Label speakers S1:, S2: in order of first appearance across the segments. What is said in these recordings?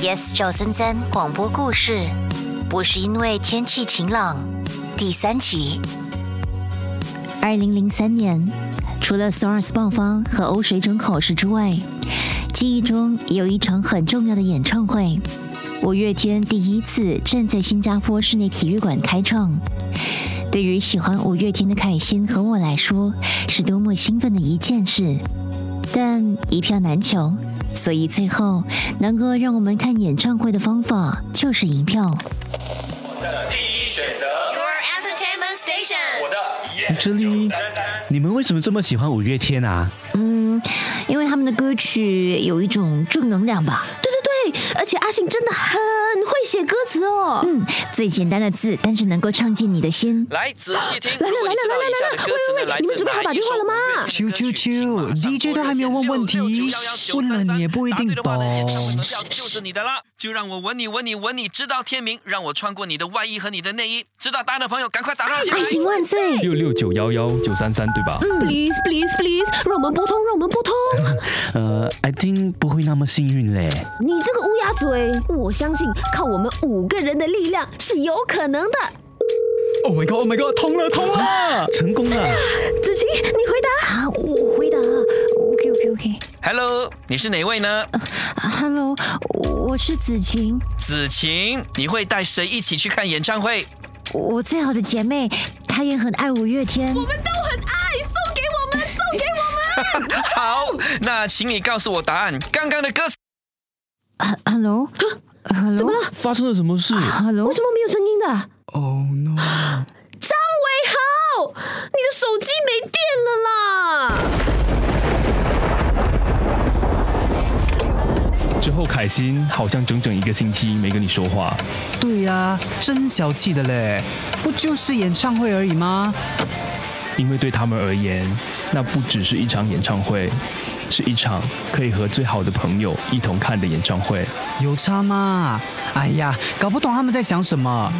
S1: Yes 赵森森广播故事，不是因为天气晴朗第三集。二零零三年，除了 SARS 爆发和欧水肿口试之外，记忆中有一场很重要的演唱会。五月天第一次站在新加坡室内体育馆开唱，对于喜欢五月天的凯欣和我来说，是多么兴奋的一件事。但一票难求，所以最后能够让我们看演唱会的方法就是赢票。
S2: 的第一选择，
S3: Your entertainment station.
S2: 我的 yes
S4: 这里
S2: 933
S4: 你们为什么这么喜欢五月天啊？
S1: 嗯，因为他们的歌曲有一种正能量吧。
S5: 对对对，而且阿信真的很会写歌词哦。
S1: 嗯，最简单的字，但是能够唱进你的心。
S6: 来仔细听，
S5: 来
S6: 如果
S5: 来
S6: 你知道
S5: 来
S6: 以下
S5: 来
S6: 的
S5: 来
S6: 歌词
S5: 喂
S6: 呢
S5: 喂
S6: 来
S5: 你
S6: 自
S5: 们准备
S6: 哪
S5: 好打
S6: 一
S5: 电话
S6: 首
S5: 了吗
S6: 五月
S7: 啾啾
S6: 天的歌曲请马
S7: 啾
S6: 上
S7: ，DJ 都还没有问问题，问了你也不一定
S6: 答对的话呢演唱会门
S7: 懂。
S6: 票就是你的啦！就让我吻你，吻你，吻你，直到天明，让我穿过你的外衣和你的内衣。知道答案的朋友，赶快打电话进来
S1: 爱。情万岁！
S5: 哎
S8: 六六九幺幺九三三对吧？
S5: Please please please，让我们拨通，让我们拨通。
S4: 呃，I think 不会那么幸运嘞。
S5: 你这个乌鸦嘴，我相信靠我们五个人的力量是有可能的。
S4: Oh my god！Oh my god！通了，通了，成功了！
S5: 子晴，你回答。
S1: 啊，我回答。OK OK OK。
S6: Hello，你是哪位呢？
S1: 啊 Hello，我是子晴，
S6: 子晴，你会带谁一起去看演唱会？
S1: 我最好的姐妹，她也很爱五月天。
S6: 好，那请你告诉我答案。刚刚的歌词
S1: 啊 Hello，Hello，怎么啊了
S4: 发生了什么事？
S1: ？Hello，
S5: 为什么没有声音的？
S7: Oh no！
S5: 张伟豪，你的手机没电了啦！
S8: 之后凯欣好像整整一个星期没跟你说话，
S7: 对呀、真小气的嘞，不就是演唱会而已吗？
S8: 因为对他们而言，那不只是一场演唱会，是一场可以和最好的朋友一同看的演唱会。
S7: 有差吗？哎呀，搞不懂他们在想什么。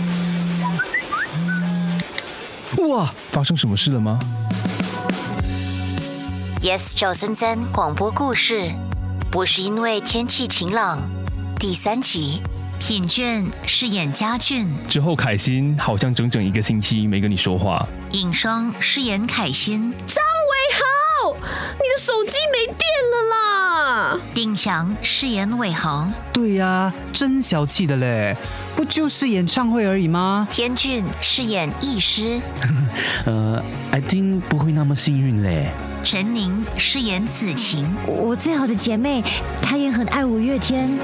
S7: 哇，
S8: 发生什么事了吗？
S1: Yes，赵森森广播故事，不是因为天气晴朗，第三集，品卷饰演家俊，
S8: 之后凯欣好像整整一个星期没跟你说话，
S1: 尹双饰演凯欣，
S5: 张伟豪，你的手机没电了啦！
S1: 丁翔饰演伟豪，
S7: 对呀、真小气的嘞，不就是演唱会而已吗？
S1: 天俊饰演医师，
S4: 呃，I think 不会那么幸运嘞。
S1: 陈宁饰演子晴。我最好的姐妹，她也很爱五月天。